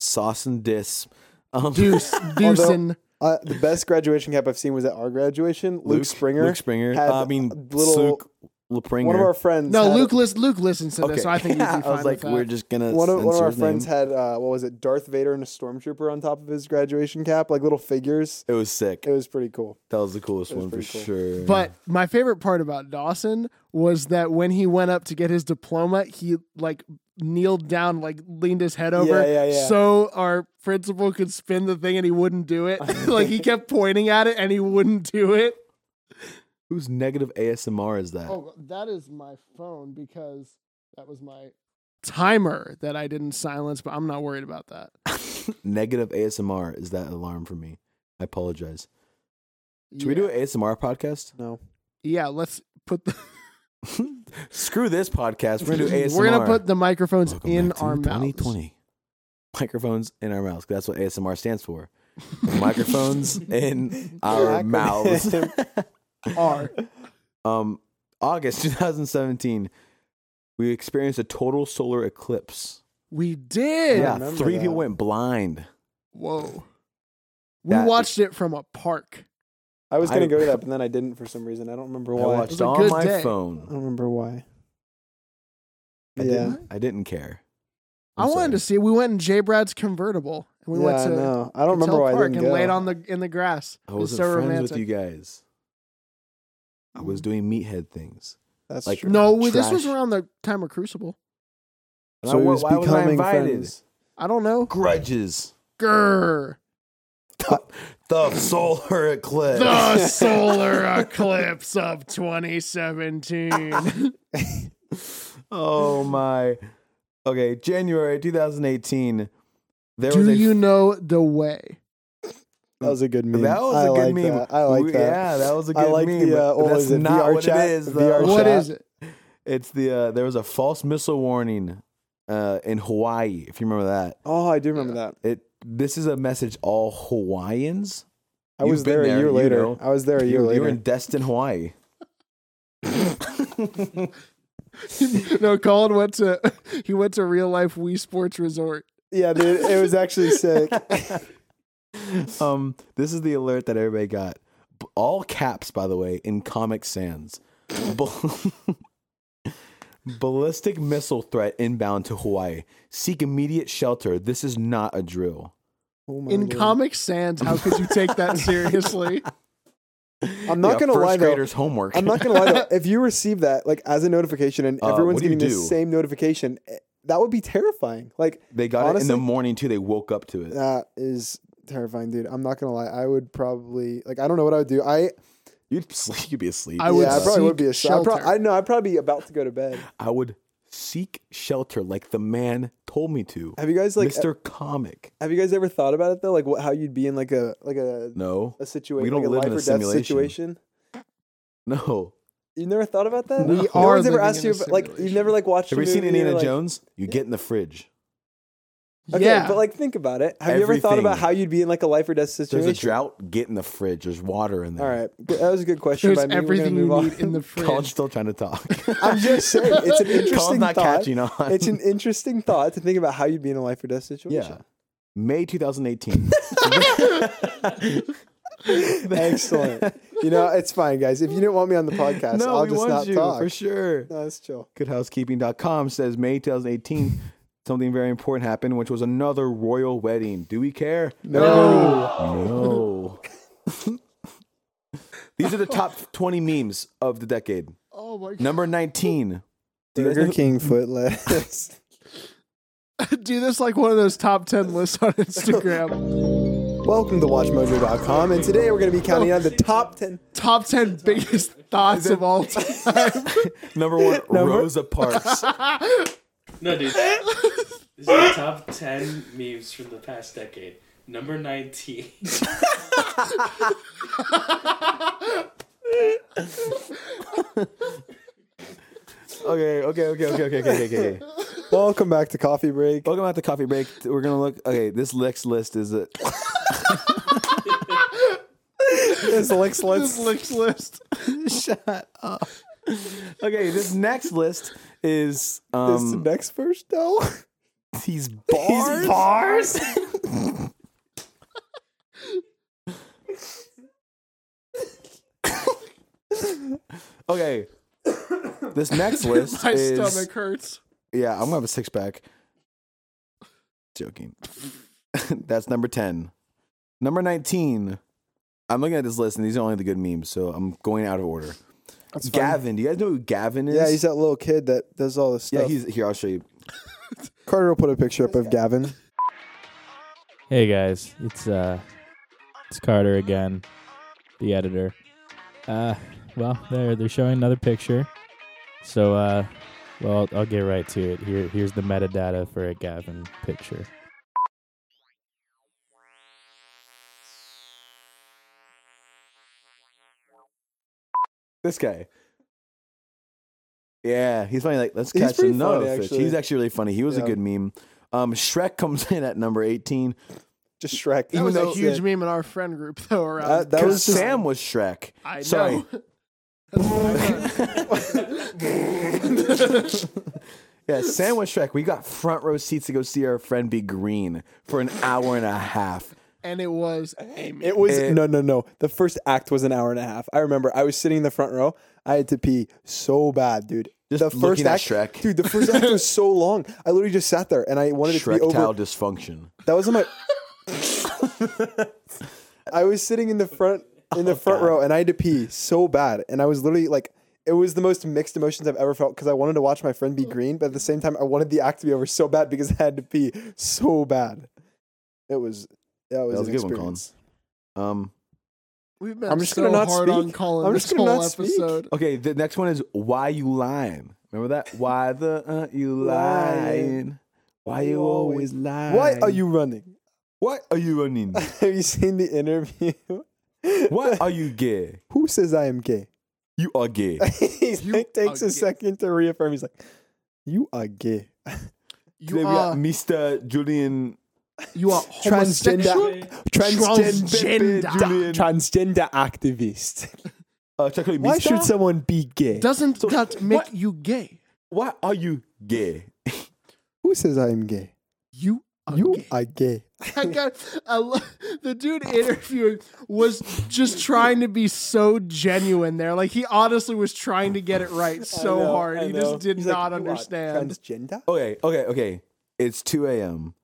sauce and dis. Um,
Deuce Deucin.
Uh, the best graduation cap I've seen was at our graduation. Luke, Springer.
Luke Springer.
had
I mean,
a little-
Luke Lepringer.
One of our friends.
No,
had-
Luke. List, Luke listens to this, so I think you'd be
I
fine
was
with
like,
that.
we're just gonna.
One of, one of
censor
our
his name.
friends had uh, what was it? Darth Vader and a stormtrooper on top of his graduation cap, like little figures.
It was sick.
It was pretty cool.
That was the coolest
was
one for
pretty cool.
sure.
But my favorite part about Dawson was that when he went up to get his diploma, he like kneeled down, like leaned his head over,
yeah, yeah.
so our principal could spin the thing, and he wouldn't do it. like he kept pointing at it, and he wouldn't do it.
whose negative ASMR is that?
Oh, that is my phone because that was my timer that I didn't silence, but I'm not worried about that.
Negative ASMR is that alarm for me. I apologize. Should we do
Yeah.
an ASMR podcast?
No,
Yeah, let's put the
Screw this podcast. We're gonna do ASMR.
we're gonna put the microphones
Welcome
in
back to
our mouths.
2020. Microphones in our mouths. 'cause That's what ASMR stands for. Microphones in our
Acronym.
mouths.
Are
Um, August 2017, we experienced a total solar eclipse.
we did?
yeah,
remember
three
that.
people went blind.
Whoa. We
That-
watched it from a park.
I was gonna
I-
go to that, but then I didn't for some reason. I don't remember
I
why.
watched
was a
on
good
my
day.
I
phone.
don't remember why.
I
Yeah.
didn't. I didn't care.
i
I'm
wanted to
sorry.
see. We went in J. Brad's convertible, and we
yeah,
went
I
to
know. I don't
Patel
remember why I
Park
didn't
and
go.
laid on the in the grass.
I
It was
wasn't
so
friends
romantic.
with you guys. I was
Mm.
doing meathead things.
That's
like-
true.
no, we, this was
Trash.
around the time of Crucible.
And
so
I-
he was
why was I
becoming
invited?
friends.
I don't know.
Grudges.
Grr.
The solar eclipse.
The solar eclipse of 2017.
oh my. Okay, January 2018. There
Do
was a
you know the way?
That was a good meme.
That was
I
a good
like
meme.
That. I like
We-
that.
Yeah, that was a
I
good
like
meme.
the, uh,
but
what
that's
was it,
not
VR
what
chat?
it is.
VR
Though.
Our
What
chat?
is it?
It's the uh, there was a false missile warning uh, in Hawaii. If you remember that,
Oh, I do remember that.
it this is a message all Hawaiians.
I
You've
was
been
there,
there,
a year
you
later.
know.
I was there a year
You, you
later.
were in Destin, Hawaii.
no, Colin went to he went to real life Wii Sports Resort.
yeah, dude, it was actually sick.
um, this is the alert that everybody got. B- All caps, by the way, in Comic Sans. Bal- Ballistic missile threat inbound to Hawaii. Seek immediate shelter. This is not a drill.
Oh my
In
Lord.
Comic Sans, how could you take that seriously?
I'm not
Yeah,
gonna
first
lie though.
graders homework.
I'm not gonna lie though. If you receive that like as a notification and
Uh,
everyone's
what do you
getting the
do?
same notification, eh, that would be terrifying. Like
They got it in
Honestly-
the morning too. They woke up to it.
that is terrifying, dude. I'm not gonna lie. I would probably like I don't know what I would do. I
You'd sleep. You'd be asleep.
I would
yeah, I probably would be a
seek
I, pro-
shelter.
I know I'd probably be about to go to bed.
I would seek shelter like the man told me to.
Have you guys like
Mr. Comic.
have you guys ever thought about it though? Like what, how you'd be in like a like a
No,
a situation
we don't
like a
live
life
in a
or death
simulation.
situation?
no.
You never thought about that?
We
no
are
one's ever
living
asked
in
you
a
if- like you've
simulation.
never like watched.
Have
a
you seen
movie and you're
Indiana
like-
Jones? You get in the fridge.
Okay,
yeah.
but like think about it. Have you ever thought about
Everything.
how you'd be in like a life or death
There's
situation?
a drought. Get in the fridge. There's water in there.
All right, Good- that was a good question.
There's
by me. We're gonna
everything you
move on.
need in the
Colin's
fridge.
still trying to talk.
I'm just saying, it's an interesting
Colin's not
thought.
catching on.
It's an interesting thought to think about how you'd be in a life or death
yeah.
situation.
May 2018.
Excellent. You know, it's fine, guys. If you didn't want me on the podcast,
no,
I'll
we
just
want
not
you
talk.
for sure.
No, it's chill.
Goodhousekeeping.com says May 2018, something very important happened, which was another royal wedding. Do we care?
No.
No. These are the top 20 memes of the decade.
Oh my god.
Number 19. Do you guys know
Burger
who-
King footless.
Do this like one of those top 10 lists on Instagram.
Welcome to WatchMojo.com, and today we're going to be counting
Oh,
out the top 10.
top 10 biggest thoughts of all time.
Number one, Rosa Parks.
No, dude. this is the top 10 memes from the past decade. Number 19.
okay, okay, okay, okay, okay, okay, okay, okay.
Welcome back to Coffee Break.
Welcome back to Coffee Break. We're gonna look. Okay, this next list is a
This Lex
this
Lutz.
list list.
shut up. Okay, this next list is
This
um
next verse, though.
these bars. These bars. okay, this next list
My
is
stomach hurts.
yeah. I'm gonna have a six pack. Joking. That's number ten. Number nineteen. I'm looking at this list, and these are only the good memes, so I'm going out of order. Gavin, do you guys know who Gavin is?
Yeah, he's that little kid that does all this stuff.
yeah. He's here. I'll show you.
Carter will put a picture up of Gavin.
Hey guys, it's uh it's Carter again, the editor. Uh well, they're they're showing another picture. So uh well, I'll get right to it. Here here's the metadata for a Gavin picture.
This guy. Yeah, he's funny. Like, let's
He's
catch
pretty
another
funny,
fish.
actually.
He's actually really funny. He was
Yeah.
a good meme. Um, Shrek comes in at number eighteen.
Just Shrek.
That
Even
was a
though-
huge meme in our friend group though around.
That- that was
Because
just-
Sam was Shrek.
I know.
Sorry.
That's what I thought.
Yeah, Sam was Shrek. We got front row seats to go see our friend be green for an hour and a half.
and it was Amy.
It was
Eh.
no, no, no. The first act was an hour and a half. I remember. I was sitting in the front row. I had to pee so bad, dude.
Just
the first
looking at
act,
Shrek.
dude. The first act was so long. I literally just sat there and I wanted it to be
Shrektile
over.
dysfunction.
That was in my. I was sitting in the front in the
Oh,
front row and I had to pee so bad, and I was literally like. It was the most mixed emotions I've ever felt because I wanted to watch my friend be green, but at the same time, I wanted the act to be over so bad because I had to pee so bad. It was that was,
That was
an
a good one, Colin.
experience.
Um,
We've been
I'm just
so
gonna not
hard on
speak.
Colin
I'm
this
just gonna
whole
not speak.
episode.
okay, the next one is why you lying. Remember that? Why the uh, you lying? Why you always lying?
Why are you running?
Why are you running?
Have you seen the interview?
Why are you gay?
Who says I am gay?
You are gay.
he like, takes a
are gay.
second to reaffirm. He's like, "You are gay."
Then we
You
got
are,
Mr. uh, Julian.
you are homosexual.
transgender,
Transgender.
transgender activist.
Uh, technically,
Why
Mr.
should someone be gay?
Doesn't that make you gay?
Why are you gay?
Who says I am gay?
You are
You
gay.
are gay.
I got I lo- the dude interviewing was just trying to be so genuine there. Like he honestly was trying to get it right so hard. He just did not understand.
Transgender?
Okay, okay, okay. It's 2 a.m.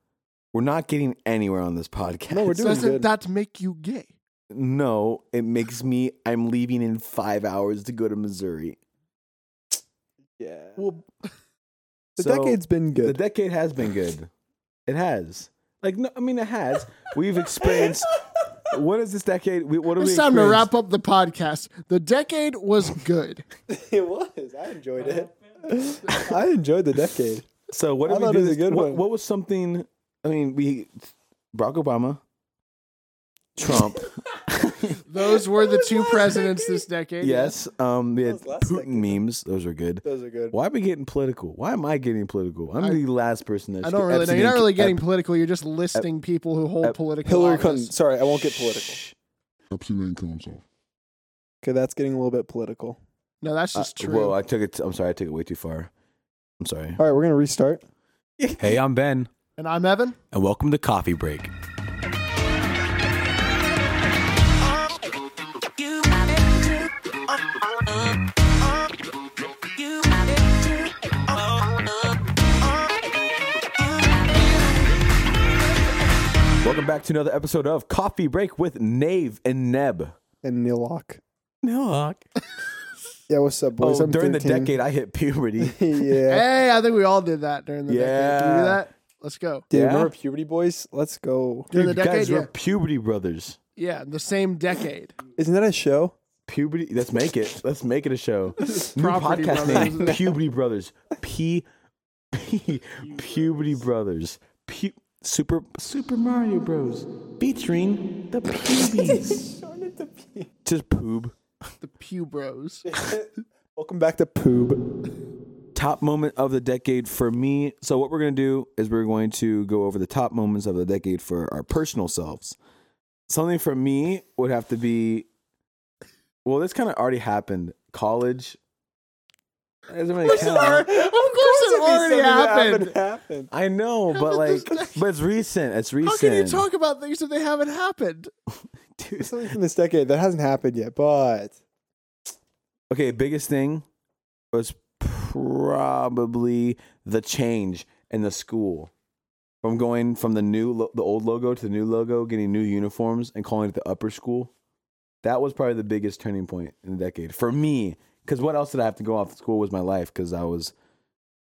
We're not getting anywhere on this podcast.
No, we're doing
Doesn't
good.
that make you gay?
No, it makes me. I'm leaving in five hours to go to Missouri.
yeah.
Well,
The
so-
decade's been
The
good.
decade has been good. It has. Like, no, I mean, it has. We've experienced. What is this decade? We, what are we?
It's time to
experienced?
wrap up the podcast. The decade was good.
it was. I enjoyed it. I enjoyed the decade.
So what
I
did we
thought
do?
it was a
this-
good
what,
one.
what was something? I mean, we Barack Obama, Trump,
Those were the two presidents this decade.
Yes. Um, we had
was last
Putin memes. Those are good.
Those are good.
Why are we getting political? Why am I getting political? I'm the last person that's.
I don't really know. You're not really getting political. You're just listing people who hold political
Hillary Clinton.
office.
Sorry, I won't get political.
Absolutely ain't killing himself.
Okay, that's getting a little bit political.
No, that's
Uh,
just true.
Whoa! I took it. I'm sorry. I took it way too far. I'm sorry.
All right, we're gonna restart.
Hey, I'm Ben,
and I'm Evan.
and welcome to Coffee Break.
You got it too. Oh, oh, oh, oh. You got it too. Oh, oh, oh, oh. You got it.
Welcome back to another episode of Coffee Break with Nave and Neb.
And Neil Locke.
No,
Yeah, what's up, boys?
oh,
I'm
during the
13.
decade, I hit puberty.
yeah.
Hey, I think we all did that during the decade. Did you do
Yeah.
that? Let's go.
Dude,
Yeah?
remember puberty boys? Let's go.
During the
Dude,
decade,
guys,
yeah.
we're puberty brothers.
Yeah, the same decade.
Isn't that a show?
Puberty. Let's make it. Let's make it a show. New
Property
podcast
Brothers,
name: Puberty Brothers. P. P. Puberty Brothers. Pu- Super Super Mario Bros. Featuring the Pubies. Just poob.
The Pew Bros.
Welcome back to Poob.
Top moment of the decade for me. So what we're gonna do is we're going to go over the top moments of the decade for our personal selves. Something for me would have to be. Well, this kind of already happened. College. That doesn't really count.
of course it already happened.
happened.
I know, but
Happened
like,
this day.
but it's recent. It's recent.
How can you talk about things if they haven't happened?
Dude.
Something from this decade that hasn't happened yet, but
Okay, biggest thing was probably the change in the school from going from the new lo- the old logo to the new logo, getting new uniforms, and calling it the upper school. That was probably the biggest turning point in the decade for me. Because what else did I have to go off? School was my life because I was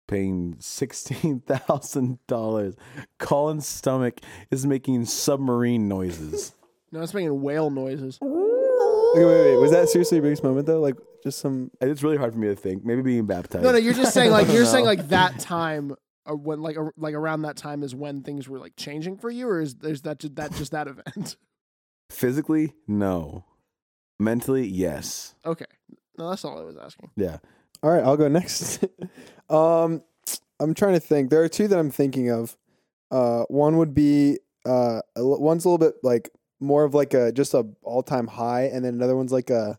paying sixteen thousand dollars. Colin's stomach is making submarine noises.
No, it's making whale noises.
okay, wait, wait. Was that seriously your biggest moment though? Like just some
And it's really hard for me to think. Maybe being baptized.
No, no, you're just saying like
don't
you're saying
know.
like that time uh, when like ar- like around that time is when things were like changing for you, or is there's that just that just that event?
Physically, no. Mentally, yes.
Okay, no, that's all I was asking.
Yeah.
All right, I'll go next. um, I'm trying to think. There are two that I'm thinking of. Uh, one would be uh, a li- one's a little bit like more of like a just a all time high, and then another one's like a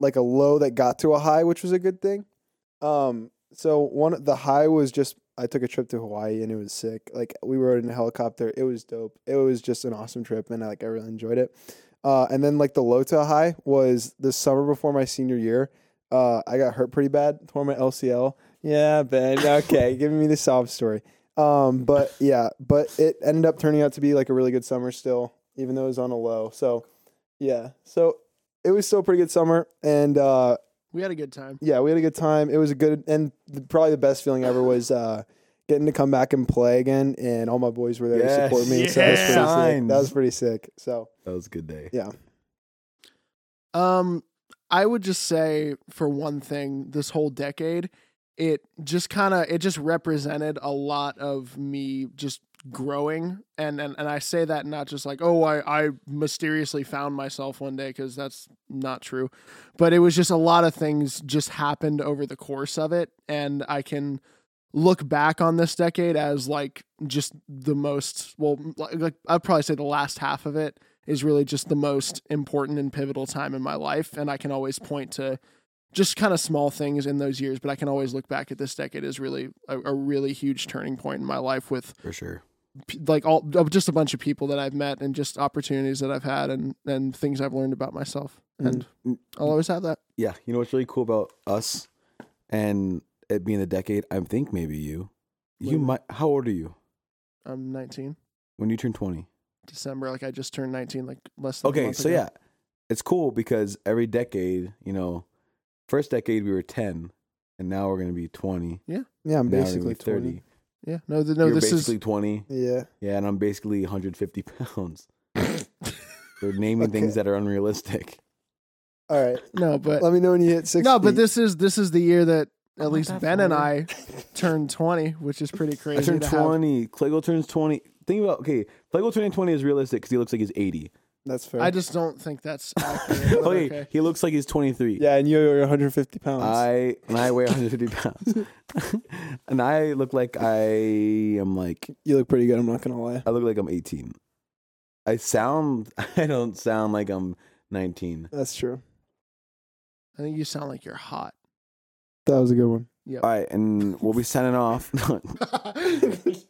like a low that got to a high, which was a good thing. Um, so one the high was just I took a trip to Hawaii and it was sick. Like we rode in a helicopter, it was dope. It was just an awesome trip, and I, like I really enjoyed it. Uh, and then like the low to high was the summer before my senior year uh, I got hurt pretty bad, tore my LCL. Yeah, Ben. Okay, giving me the sob story. Um, but yeah, but it ended up turning out to be like a really good summer still, even though it was on a low. So yeah, so it was still a pretty good summer, and uh,
We had a good time.
yeah, we had a good time. It was a good and the, probably the best feeling ever was uh, getting to come back and play again, and all my boys were there to support me. So that was pretty sick.
Signs.
That was pretty sick. So
That was a good day.
yeah,
Um, I would just say for one thing, this whole decade, it just kind of it just represented a lot of me just growing, and and and I say that not just like oh I I mysteriously found myself one day because that's not true, but it was just a lot of things just happened over the course of it, and I can look back on this decade as like just the most well like, like I'd probably say the last half of it is really just the most important and pivotal time in my life. And I can always point to just kind of small things in those years, but I can always look back at this decade as really a, a really huge turning point in my life with
For sure.
p- like all just a bunch of people that I've met and just opportunities that I've had and, and things I've learned about myself.
Mm,
And I'll always have that.
Yeah. You know what's really cool about us and it being the decade? I think maybe you. You
Wait.
might. How old are you
I'm 19
when you turn 20?
December. Like I just turned 19, like less than a
Okay.
month
So,
ago.
yeah. It's cool because every decade, you know, first decade we were 10, and now we're going to be 20.
yeah, I'm
and now we're gonna
basically
be 30.
thirty.
Yeah. No, th- no,
You're
this
basically
is
20.
Yeah,
Yeah. And I'm basically 150 pounds. We're naming things
Okay.
that are unrealistic.
all right.
no, but
Let me know when you hit six.
No, but this is this is the year that at least Ben and I turned twenty, which is pretty crazy.
I turned
to have.
20. Clagle turns 20. Think about, okay, Clagle turning 20 is realistic because he looks like he's 80.
That's fair.
I just don't think that's accurate. but
Okay,
okay.
he looks like he's 23.
yeah, and you're 150 pounds.
I and I weigh 150 pounds, and I look like I am like
you look pretty good. I'm not gonna lie.
I look like I'm 18. I sound I don't sound like I'm 19.
That's true.
I think you sound like you're hot.
That was a good one.
All right, and we'll be signing off.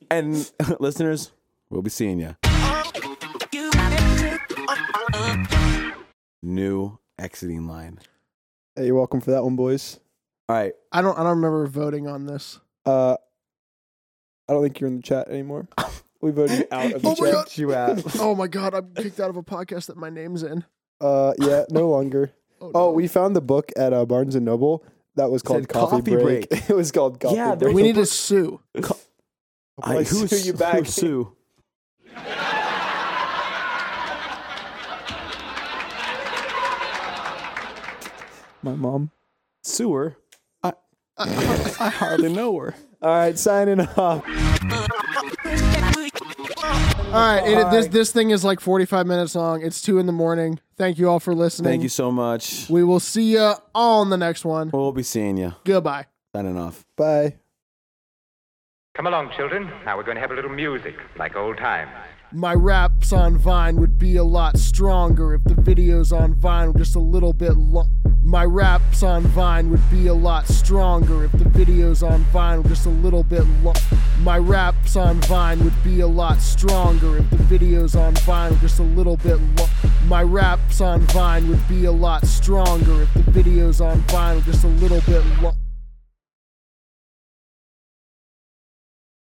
and listeners, we'll be seeing you. New exiting line.
Hey, you're welcome for that one, boys.
All right,
I don't. I don't remember voting on this.
Uh, I don't think you're in the chat anymore. We voted you out of the
Oh my
chat.
God.
You out.
Oh my god! I'm kicked out of a podcast that my name's in.
Uh, yeah, no longer.
no.
Oh, we found the book at uh, Barnes and Noble that was called
Said
Coffee,
Coffee
Break.
Break.
it was called Coffee
Yeah, there
Break.
we need to sue.
I,
I
who
sue
s-
you back.
Who sue?
my mom.
Sewer. I, I hardly know her.
All right, signing off.
All right. It, this this thing is like 45 minutes long. It's two in the morning. Thank you all for listening.
Thank you so much.
We will see you on the next one.
We'll be seeing you.
Goodbye.
Signing off.
Bye.
Come along, children. Now we're going to have a little music, like old times.
My raps on Vine would be a lot stronger if the videos on Vine were just a little bit long. My raps on Vine would be a lot stronger if the videos on Vine were just a little bit long. My raps on Vine would be a lot stronger if the videos on Vine were just a little bit long. My raps on Vine would be a lot stronger if the videos on Vine were just a little bit long.